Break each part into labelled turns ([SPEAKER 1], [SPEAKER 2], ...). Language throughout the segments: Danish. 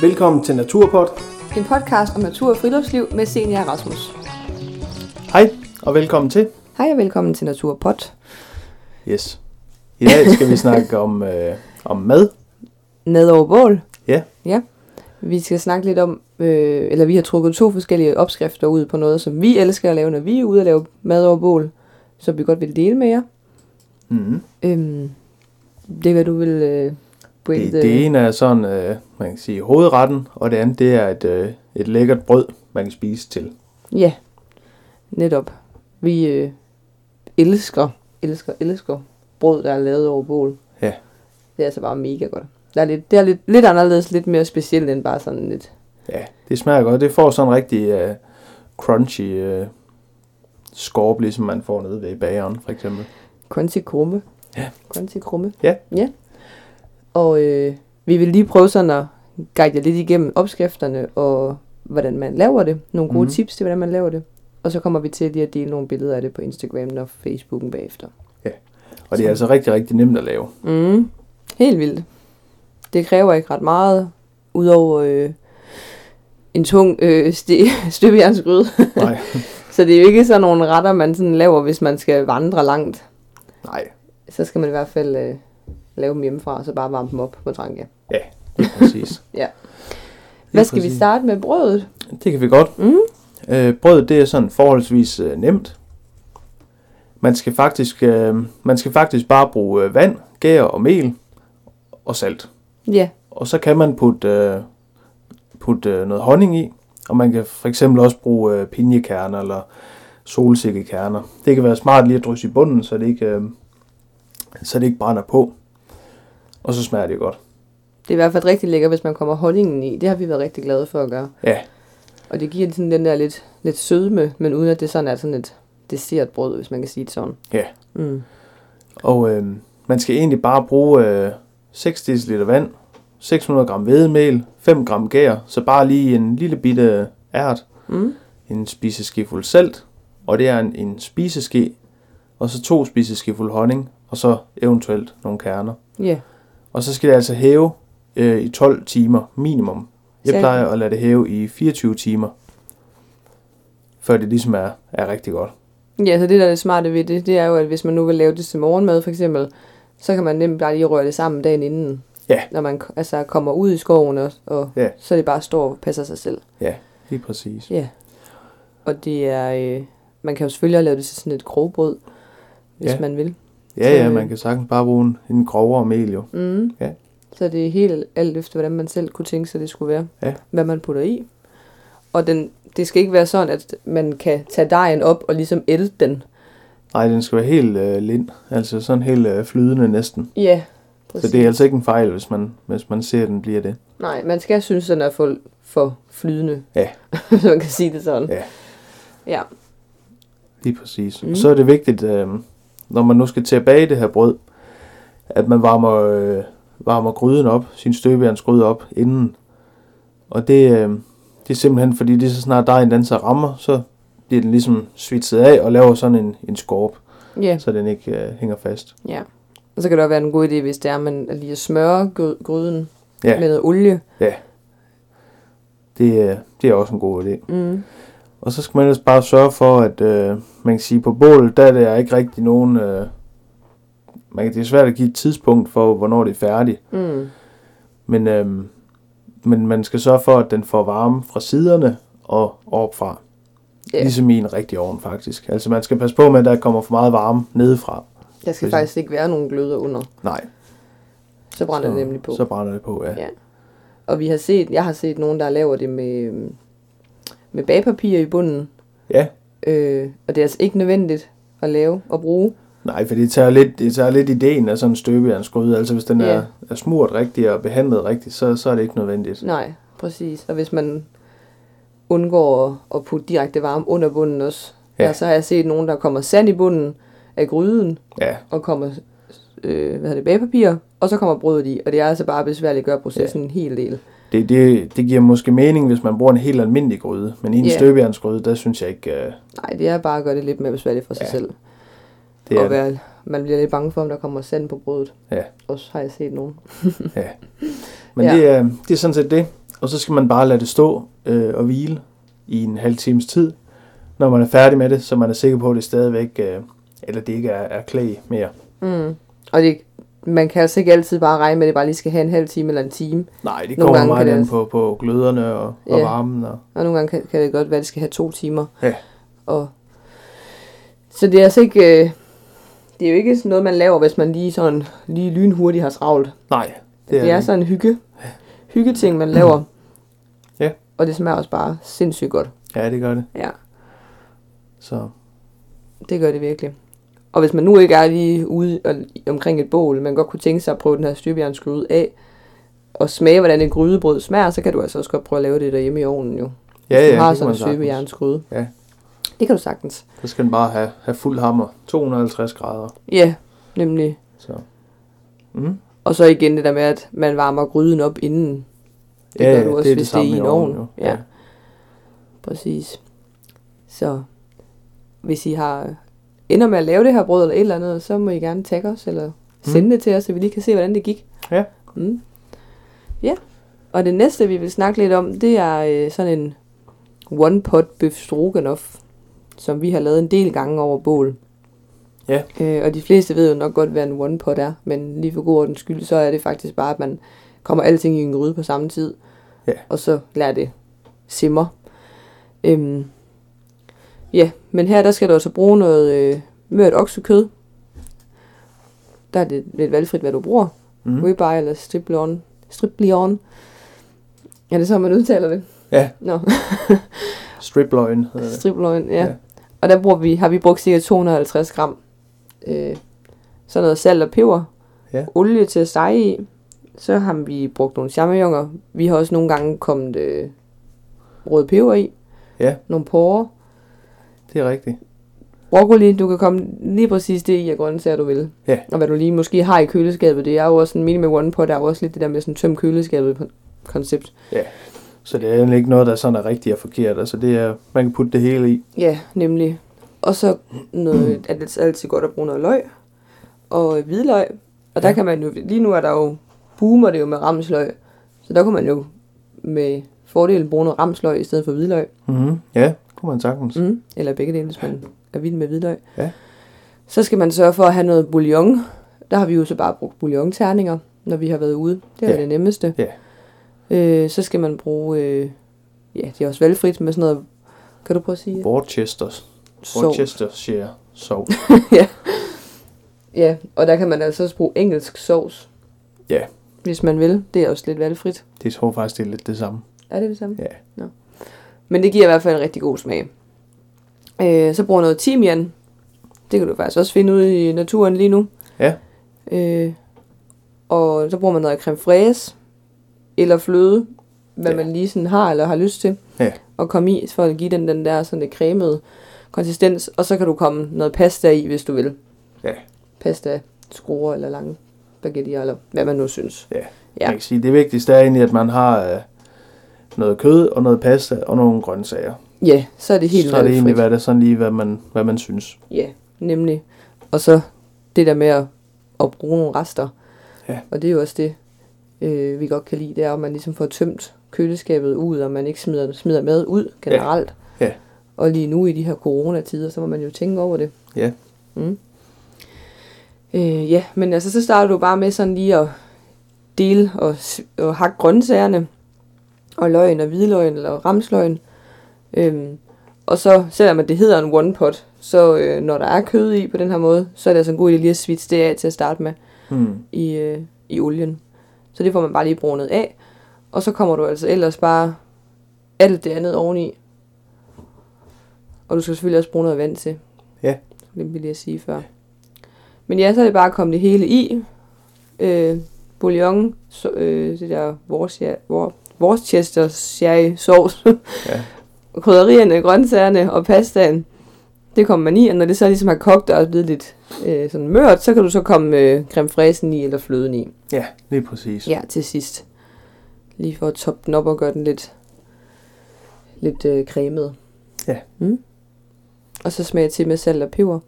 [SPEAKER 1] Velkommen til Naturpod.
[SPEAKER 2] En podcast om natur og friluftsliv med Senior Rasmus.
[SPEAKER 3] Hej og velkommen til.
[SPEAKER 2] Hej og velkommen til Naturpod.
[SPEAKER 3] Yes. I dag skal vi snakke om, øh, om mad.
[SPEAKER 2] Ned over bål.
[SPEAKER 3] Ja.
[SPEAKER 2] Ja. Vi skal snakke lidt om, øh, eller vi har trukket to forskellige opskrifter ud på noget, som vi elsker at lave, når vi er ude og lave mad over bål, som vi godt vil dele med jer.
[SPEAKER 3] Mm.
[SPEAKER 2] Øhm, det er, hvad du vil øh,
[SPEAKER 3] Det,
[SPEAKER 2] brinde.
[SPEAKER 3] det ene er sådan, øh, man kan sige hovedretten, og det andet det er et, øh, et lækkert brød, man kan spise til.
[SPEAKER 2] Ja, netop. Vi øh, elsker, elsker, elsker brød, der er lavet over bål.
[SPEAKER 3] Ja.
[SPEAKER 2] Det er altså bare mega godt. Der er lidt, det er lidt, lidt anderledes, lidt mere specielt end bare sådan lidt.
[SPEAKER 3] Ja, det smager godt. Det får sådan en rigtig øh, crunchy øh, skorp, ligesom man får nede ved bageren for eksempel.
[SPEAKER 2] Crunchy krumme.
[SPEAKER 3] Ja.
[SPEAKER 2] Crunchy krumme.
[SPEAKER 3] Ja.
[SPEAKER 2] Ja. Og øh, vi vil lige prøve sådan at guide jer lidt igennem opskrifterne og hvordan man laver det. Nogle gode mm.
[SPEAKER 3] Mhm.
[SPEAKER 2] tips til, hvordan man laver det. Og så kommer vi til lige at dele nogle billeder af det på Instagram og Facebooken bagefter.
[SPEAKER 3] Og det er altså rigtig, rigtig nemt at lave.
[SPEAKER 2] Mm. Helt vildt. Det kræver ikke ret meget, udover øh, en tung øh, sti- støbejernsgryde.
[SPEAKER 3] Nej,
[SPEAKER 2] Så det er jo ikke sådan nogle retter, man sådan laver, hvis man skal vandre langt.
[SPEAKER 3] nej.
[SPEAKER 2] Så skal man i hvert fald øh, lave dem hjemmefra, og så bare varme dem op på tranke.
[SPEAKER 3] Ja, det er præcis.
[SPEAKER 2] Ja.
[SPEAKER 3] Det
[SPEAKER 2] Hvad
[SPEAKER 3] er
[SPEAKER 2] skal vi
[SPEAKER 3] præcis.
[SPEAKER 2] starte med brødet?
[SPEAKER 3] Det kan vi godt.
[SPEAKER 2] Mhm.
[SPEAKER 3] Øh, brød det er sådan forholdsvis øh, nemt. Man skal faktisk øh, man skal faktisk bare bruge øh, vand, gær og mel og salt.
[SPEAKER 2] Ja,
[SPEAKER 3] Og så kan man putte øh, putte øh, noget honning i, og man kan for eksempel også bruge øh, pinjekerner eller solsikkekerner. Det kan være smart lige at drysse i bunden, så det ikke øh, så det ikke brænder på. Og så smager det godt.
[SPEAKER 2] det er i hvert fald rigtig lækkert, hvis man kommer honningen i. Det har vi været rigtig glade for at gøre.
[SPEAKER 3] Ja,
[SPEAKER 2] Og det giver sådan den der lidt, lidt sødme, men uden at det sådan er sådan et dessertbrød, hvis man kan sige det sådan.
[SPEAKER 3] ja.
[SPEAKER 2] Mm.
[SPEAKER 3] Og øh, man skal egentlig bare bruge øh, 6 dl vand, 600 gram hvedemel, 5 gram gær, så bare lige en lille bitte ært,
[SPEAKER 2] Mm.
[SPEAKER 3] en spiseskefuld salt, og det er en, en spiseske, og så to spiseskefuld honning, og så eventuelt nogle kerner.
[SPEAKER 2] Ja,
[SPEAKER 3] Og så skal det altså hæve øh, i 12 timer minimum. Jeg
[SPEAKER 2] Så-
[SPEAKER 3] plejer at lade det hæve i 24 timer, før det ligesom er, er rigtig godt.
[SPEAKER 2] Ja, så det der er det smarte ved det, det er jo, at hvis man nu vil lave det til morgenmad for eksempel, så kan man nemt bare lige røre det sammen dagen inden.
[SPEAKER 3] Ja.
[SPEAKER 2] Når man altså kommer ud i skoven, og, og
[SPEAKER 3] Ja.
[SPEAKER 2] så det bare står og passer sig selv.
[SPEAKER 3] Ja, lige præcis.
[SPEAKER 2] Ja. Og det er, øh, man kan jo selvfølgelig også lave det til sådan et krogbrød, hvis
[SPEAKER 3] Ja.
[SPEAKER 2] man vil.
[SPEAKER 3] Ja,
[SPEAKER 2] Så,
[SPEAKER 3] ja,
[SPEAKER 2] øh,
[SPEAKER 3] man kan sagtens bare bruge en, en grovere mel jo.
[SPEAKER 2] Mm.
[SPEAKER 3] Ja.
[SPEAKER 2] Så det er helt alt efter, hvordan man selv kunne tænke sig, det skulle være.
[SPEAKER 3] Ja.
[SPEAKER 2] Hvad man putter i. Og den, det skal ikke være sådan, at man kan tage dejen op og ligesom ælte den.
[SPEAKER 3] Nej, den skal være helt øh, lind, altså sådan helt øh, flydende næsten.
[SPEAKER 2] Ja,
[SPEAKER 3] Så det er altså ikke en fejl, hvis man, hvis man ser, at den bliver det.
[SPEAKER 2] Nej, man skal synes, den er for, for flydende.
[SPEAKER 3] Ja.
[SPEAKER 2] Hvis man kan sige det sådan.
[SPEAKER 3] Ja.
[SPEAKER 2] Ja.
[SPEAKER 3] Lige præcis.
[SPEAKER 2] Mm.
[SPEAKER 3] Mm. Så er det vigtigt, øh, når man nu skal til at bage det her brød, at man varmer, øh, varmer gryden op, sin støbejernsgryde op inden. Og det, øh, det er simpelthen, fordi lige så snart dejen den så rammer, så bliver den ligesom svitset af og laver sådan en, en skorp,
[SPEAKER 2] Ja.
[SPEAKER 3] så den ikke øh, hænger fast.
[SPEAKER 2] ja. Og så kan det også være en god idé, hvis det er, at man lige at smøre gry- gryden
[SPEAKER 3] Ja.
[SPEAKER 2] med noget olie.
[SPEAKER 3] Det, øh, det er også en god idé.
[SPEAKER 2] Mm.
[SPEAKER 3] Og så skal man ellers bare sørge for, at øh, man kan sige, på bålet, der er der ikke rigtig nogen... Øh, man kan, det er svært at give et tidspunkt for, hvornår det er færdigt.
[SPEAKER 2] Mm.
[SPEAKER 3] Men, øh, men man skal sørge for, at den får varme fra siderne og opfra.
[SPEAKER 2] Ja.
[SPEAKER 3] Yeah. Ligesom i en rigtig ovn, faktisk. Altså, man skal passe på med, at der ikke kommer for meget varme nedefra.
[SPEAKER 2] Der skal
[SPEAKER 3] Præcis.
[SPEAKER 2] faktisk ikke være nogen gløder under.
[SPEAKER 3] Nej.
[SPEAKER 2] Så brænder
[SPEAKER 3] så,
[SPEAKER 2] det nemlig på.
[SPEAKER 3] Så brænder det på, ja.
[SPEAKER 2] Ja. Og vi har set, jeg har set nogen, der laver det med, øhm, med bagpapir i bunden.
[SPEAKER 3] Ja.
[SPEAKER 2] Øh, og det er altså ikke nødvendigt at lave og bruge.
[SPEAKER 3] Nej, for det tager lidt, det tager lidt ideen af sådan en støbejernsgryde. Altså, hvis den
[SPEAKER 2] Ja.
[SPEAKER 3] yeah. er, er smurt rigtigt og behandlet rigtigt, så, så er det ikke nødvendigt.
[SPEAKER 2] Nej, præcis. Og hvis man undgår at, at putte direkte varme under bunden også, ja.
[SPEAKER 3] Ja.
[SPEAKER 2] ja, så har jeg set nogen, der kommer sand i bunden af gryden,
[SPEAKER 3] Ja,
[SPEAKER 2] og kommer øh, hvad hedder det, bagpapir, og så kommer brødet i. Og det er altså bare besværligt at gøre processen ja. en hel del.
[SPEAKER 3] Det, det, det giver måske mening, hvis man bruger en helt almindelig gryde, men i en
[SPEAKER 2] Ja.
[SPEAKER 3] yeah. støbejernsgryde, der synes jeg ikke, øh,
[SPEAKER 2] Nej, det er bare at gøre det lidt mere besværligt for sig ja.
[SPEAKER 3] Ja,
[SPEAKER 2] selv.
[SPEAKER 3] det er
[SPEAKER 2] Og være, man bliver lidt bange for, om der kommer sand på brødet.
[SPEAKER 3] Ja.
[SPEAKER 2] Også har jeg set nogen.
[SPEAKER 3] Men
[SPEAKER 2] Ja.
[SPEAKER 3] ja. det, er, det er sådan set det. Og så skal man bare lade det stå øh, og hvile i en halv times tid. Når man er færdig med det, så man er sikker på, at det stadigvæk, øh, eller det ikke er, er klæ mere.
[SPEAKER 2] Mm. Og det, man kan altså ikke altid bare regne med, at det bare lige skal have en halv time eller en time.
[SPEAKER 3] Nej, det
[SPEAKER 2] Nogle
[SPEAKER 3] kommer
[SPEAKER 2] gange
[SPEAKER 3] meget
[SPEAKER 2] kan det
[SPEAKER 3] an
[SPEAKER 2] også-
[SPEAKER 3] på, på gløderne og, og
[SPEAKER 2] Ja.
[SPEAKER 3] varmen. Og,
[SPEAKER 2] Og nogle gange kan, kan det godt være, at det skal have to timer.
[SPEAKER 3] Ja.
[SPEAKER 2] Og, så det er altså ikke... Øh, det er jo ikke sådan noget, man laver, hvis man lige sådan lige lynhurtigt har travlt.
[SPEAKER 3] nej,
[SPEAKER 2] Det er, det er
[SPEAKER 3] ikke.
[SPEAKER 2] sådan en hygge, hyggeting, man laver.
[SPEAKER 3] Ja.
[SPEAKER 2] Og det smager også bare sindssygt godt.
[SPEAKER 3] Ja, det gør det.
[SPEAKER 2] Ja,
[SPEAKER 3] Så
[SPEAKER 2] det gør det virkelig. Og hvis man nu ikke er lige ude og, omkring et bål, men godt kunne tænke sig at prøve den her støbjernsgryde af, og smage, hvordan et grydebrød smager, så kan du altså også godt prøve at lave det derhjemme i ovnen jo.
[SPEAKER 3] ja, ja,
[SPEAKER 2] du
[SPEAKER 3] det
[SPEAKER 2] har
[SPEAKER 3] kan
[SPEAKER 2] sådan
[SPEAKER 3] man
[SPEAKER 2] en
[SPEAKER 3] sagtens.
[SPEAKER 2] støbejernsgryde.
[SPEAKER 3] Ja.
[SPEAKER 2] Det kan du sagtens.
[SPEAKER 3] Så skal den bare have, have fuld hammer. 250 grader.
[SPEAKER 2] Ja, nemlig.
[SPEAKER 3] Så. Mm.
[SPEAKER 2] Og så igen det der med, at man varmer gryden op inden. Det gør du også, hvis det er i en ovn.
[SPEAKER 3] jo.
[SPEAKER 2] Ja. Præcis. Så hvis I har ender med at lave det her brød eller et eller andet, så må I gerne tagge os eller sende mm. det til os, så vi lige kan se, hvordan det gik.
[SPEAKER 3] Ja.
[SPEAKER 2] Mm. Ja. Og det næste, vi vil snakke lidt om, det er øh, sådan en one-pot bøf stroganoff, som vi har lavet en del gange over bål.
[SPEAKER 3] Ja.
[SPEAKER 2] Øh, og de fleste ved jo nok godt, hvad en one-pot er, men lige for god ordens skyld, så er det faktisk bare, at man kommer alting i en gryde på samme tid,
[SPEAKER 3] Ja.
[SPEAKER 2] og så lader det simmer. Øhm, ja, men her der skal du altså bruge noget øh, mørt oksekød. Der er det lidt valgfrit, hvad du bruger.
[SPEAKER 3] Mhm.
[SPEAKER 2] Mm. Ribeye eller striblion. Striblion. Er det så, man udtaler det?
[SPEAKER 3] Ja.
[SPEAKER 2] Nå,
[SPEAKER 3] Stripløgn hedder det.
[SPEAKER 2] striblion, ja.
[SPEAKER 3] Ja.
[SPEAKER 2] Øh, ja. Og der bruger vi, har vi brugt cirka 250 gram. Øh, sådan noget salt og peber.
[SPEAKER 3] Ja.
[SPEAKER 2] Olie til at stege i. Så har vi brugt nogle champignoner. Vi har også nogle gange kommet øh, rød peber i.
[SPEAKER 3] Ja.
[SPEAKER 2] Nogle porre.
[SPEAKER 3] Det er rigtigt.
[SPEAKER 2] Broccoli, du kan komme lige præcis det i af grøntsager, du vil.
[SPEAKER 3] Ja.
[SPEAKER 2] Og hvad du lige måske har i køleskabet, det er jo også en mening med one pot, der er jo også lidt det der med sådan tøm køleskabet kon- koncept.
[SPEAKER 3] Så det er egentlig ikke noget, der sådan er rigtigt og forkert. Altså det er, man kan putte det hele i.
[SPEAKER 2] Ja, nemlig. Og så noget, er det altid godt at bruge noget løg og øh, hvidløg. Og der
[SPEAKER 3] Ja.
[SPEAKER 2] kan man jo, lige nu er der jo, boomer det jo med ramsløg, så der kunne man jo med fordel bruge noget ramsløg i stedet for hvidløg.
[SPEAKER 3] Mm-hmm. Ja, kunne man sagtens.
[SPEAKER 2] Mm. Eller begge dele, hvis man er vild med hvidløg.
[SPEAKER 3] Ja.
[SPEAKER 2] Så skal man sørge for at have noget bouillon. Der har vi jo så bare brugt bouillonterninger, når vi har været ude. Det er
[SPEAKER 3] Ja.
[SPEAKER 2] ja. det nemmeste.
[SPEAKER 3] Ja.
[SPEAKER 2] Øh, så skal man bruge, øh, ja, det er også valgfrit med sådan noget, kan du prøve at sige? det?
[SPEAKER 3] Worcester.
[SPEAKER 2] Sovs.
[SPEAKER 3] Worcestershire sov.
[SPEAKER 2] Ja, og der kan man altså også bruge engelsk sovs.
[SPEAKER 3] Ja.
[SPEAKER 2] Hvis man vil. Det er også lidt valgfrit.
[SPEAKER 3] Det tror jeg faktisk, det er lidt det samme.
[SPEAKER 2] Er det det samme?
[SPEAKER 3] Ja.
[SPEAKER 2] Nå. Men det giver i hvert fald en rigtig god smag. Øh, så bruger jeg noget timian. Det kan du faktisk også finde ude i naturen lige nu.
[SPEAKER 3] Ja.
[SPEAKER 2] Øh, og så bruger man noget creme fraise. Eller fløde. Hvad
[SPEAKER 3] Ja.
[SPEAKER 2] ja. man lige sådan har eller har lyst til.
[SPEAKER 3] Ja.
[SPEAKER 2] At komme i, for at give den den der sådan lidt cremede konsistens. Og så kan du komme noget pasta i, hvis du vil.
[SPEAKER 3] Ja.
[SPEAKER 2] Pasta, skruer eller lange baguetter, eller hvad man nu synes.
[SPEAKER 3] Ja.
[SPEAKER 2] Ja.
[SPEAKER 3] Man kan sige, det vigtigste er egentlig, at man har øh, noget kød og noget pasta og nogle grøntsager.
[SPEAKER 2] Ja, så er det
[SPEAKER 3] så er
[SPEAKER 2] helt
[SPEAKER 3] det
[SPEAKER 2] valgfrit.
[SPEAKER 3] egentlig, hvad det er sådan lige, hvad man, hvad man synes.
[SPEAKER 2] Ja, nemlig. Og så det der med at, at bruge nogle rester.
[SPEAKER 3] Ja.
[SPEAKER 2] Og det er jo også det, øh, vi godt kan lide, det er, at man ligesom får tømt køleskabet ud, og man ikke smider, smider mad ud generelt.
[SPEAKER 3] Ja.
[SPEAKER 2] Og lige nu i de her coronatider, så må man jo tænke over det.
[SPEAKER 3] Ja.
[SPEAKER 2] Mm. Øh, ja, men altså, så starter du bare med sådan lige at dele og, s- og hakke grøntsagerne, og løgn og hvidløgn eller ramsløgn. Øhm, og så, selvom at det hedder en one pot, så øh, når der er kød i på den her måde, så er det altså en god idé lige at svitse det af til at starte med
[SPEAKER 3] Mm.
[SPEAKER 2] i, øh, i olien. Så det får man bare lige brunet af. Og så kommer du altså ellers bare alt det andet oveni. Og du skal selvfølgelig også bruge noget vand til.
[SPEAKER 3] Ja.
[SPEAKER 2] Det ville jeg sige før. Men ja, så er det bare at komme det hele i. Øh, bouillon, så, øh, det der Worcestershire Wor- Worcestershire sovs.
[SPEAKER 3] Ja.
[SPEAKER 2] Krydderierne, grøntsagerne og pastaen. Det kommer man i, og når det så ligesom har kogt og er blevet lidt øh, sådan mørt, så kan du så komme øh, creme fraisen i eller fløden i.
[SPEAKER 3] Ja, lige præcis.
[SPEAKER 2] Ja, til sidst. Lige for at toppe den op og gøre den lidt, lidt øh, cremet.
[SPEAKER 3] Ja.
[SPEAKER 2] Mm. Og så smager til med salt og peber.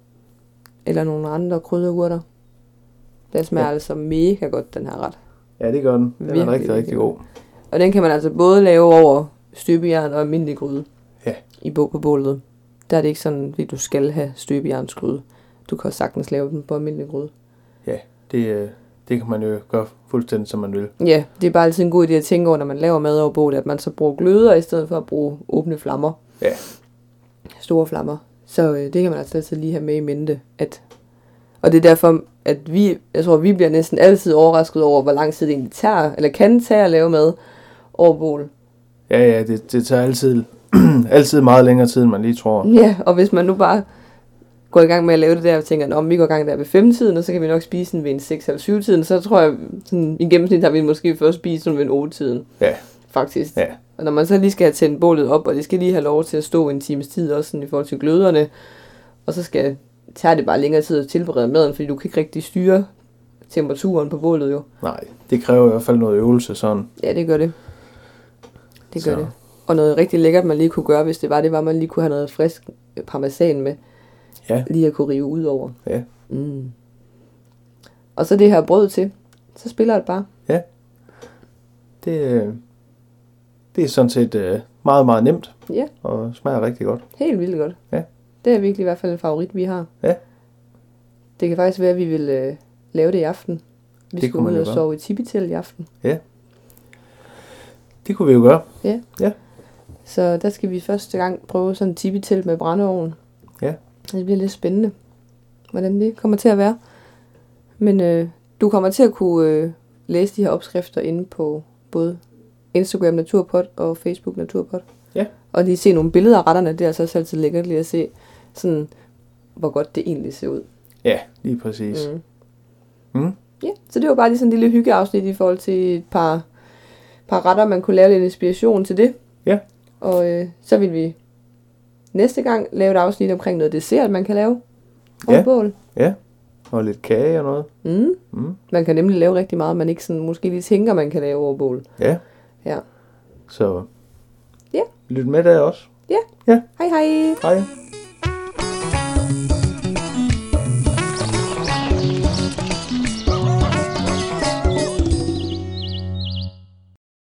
[SPEAKER 2] Eller nogle andre krydderurter. Den smager
[SPEAKER 3] Ja.
[SPEAKER 2] ja. altså mega godt, den her ret.
[SPEAKER 3] ja det gør den. Den er
[SPEAKER 2] Virkelig,
[SPEAKER 3] rigtig, rigtig
[SPEAKER 2] virkelig
[SPEAKER 3] god.
[SPEAKER 2] Og den kan man altså både lave over støbejern og almindelig gryde.
[SPEAKER 3] Ja.
[SPEAKER 2] I bog på bålet. Der er det ikke sådan, at du skal have støbejernsgryde. Du kan også sagtens lave den på almindelig gryde.
[SPEAKER 3] Det, øh, det kan man jo gøre fuldstændig, som man vil.
[SPEAKER 2] Ja, det er bare altid en god idé at tænke over, når man laver mad over bålet, at man så bruger gløder i stedet for at bruge åbne flammer.
[SPEAKER 3] Ja.
[SPEAKER 2] Store flammer. Så øh, det kan man altså altid lige have med i mente. At, og det er derfor, at vi, jeg tror, vi bliver næsten altid overrasket over, hvor lang tid det egentlig tager, eller kan tage at lave mad over bål.
[SPEAKER 3] Ja, ja, det, det tager altid, altid meget længere tid, end man lige tror.
[SPEAKER 2] Ja, og hvis man nu bare går i gang med at lave det der, og tænker, om vi går i gang der ved femtiden, og så kan vi nok spise den ved en 6 eller 7 tiden, så tror jeg, sådan, i gennemsnit har vi måske først spist den ved en 8 tiden.
[SPEAKER 3] Ja.
[SPEAKER 2] Faktisk.
[SPEAKER 3] Ja.
[SPEAKER 2] Og når man så lige skal have tændt bålet op, og det skal lige have lov til at stå en times tid, også sådan i forhold til gløderne, og så skal tager det bare længere tid at tilberede maden, fordi du kan ikke rigtig styre temperaturen på bålet jo.
[SPEAKER 3] Nej, det kræver i hvert fald noget øvelse sådan.
[SPEAKER 2] Ja, det gør det. Det
[SPEAKER 3] Så.
[SPEAKER 2] gør så. det. Og noget rigtig lækkert, man lige kunne gøre, hvis det var, det var, at man lige kunne have noget frisk parmesan med.
[SPEAKER 3] Ja.
[SPEAKER 2] Lige at kunne rive ud over.
[SPEAKER 3] Ja.
[SPEAKER 2] Mm. Og så det her brød til. Så spiller det bare.
[SPEAKER 3] Det, øh, det er sådan set øh, meget, meget nemt.
[SPEAKER 2] Ja.
[SPEAKER 3] Og smager rigtig godt.
[SPEAKER 2] Helt vildt godt.
[SPEAKER 3] Ja.
[SPEAKER 2] Det er virkelig i hvert fald en favorit, vi har.
[SPEAKER 3] Ja.
[SPEAKER 2] Det kan faktisk være, at vi vil øh, lave det i aften. Vi
[SPEAKER 3] Det
[SPEAKER 2] skal
[SPEAKER 3] kunne man
[SPEAKER 2] ud
[SPEAKER 3] jo
[SPEAKER 2] og
[SPEAKER 3] gøre.
[SPEAKER 2] sove i Tipitel i aften.
[SPEAKER 3] Det kunne vi jo gøre.
[SPEAKER 2] Så der skal vi første gang prøve sådan en Tipitel med brændeovn.
[SPEAKER 3] Ja.
[SPEAKER 2] Det bliver lidt spændende, hvordan det kommer til at være. Men øh, du kommer til at kunne øh, læse de her opskrifter inde på både Instagram Naturpod og Facebook Naturpod.
[SPEAKER 3] Ja.
[SPEAKER 2] Og lige se nogle billeder af retterne. Det er altså også altid lækkert lige at se, sådan, hvor godt det egentlig ser ud.
[SPEAKER 3] Ja, lige præcis.
[SPEAKER 2] Mm.
[SPEAKER 3] Mm.
[SPEAKER 2] Ja, så det var bare lige sådan en lille hyggeafsnit i forhold til et par, par retter, man kunne lave lidt inspiration til det.
[SPEAKER 3] Ja.
[SPEAKER 2] Og øh, så vil vi næste gang lave et afsnit omkring noget dessert, man kan lave. over
[SPEAKER 3] Ja.
[SPEAKER 2] Bål.
[SPEAKER 3] Og lidt kage og noget.
[SPEAKER 2] Mm.
[SPEAKER 3] Mm.
[SPEAKER 2] Man kan nemlig lave rigtig meget, man ikke sådan, måske lige tænker, man kan lave over bål.
[SPEAKER 3] Ja.
[SPEAKER 2] Ja.
[SPEAKER 3] Så
[SPEAKER 2] Ja.
[SPEAKER 3] lyt med der også.
[SPEAKER 2] Hej hej!
[SPEAKER 3] Hej.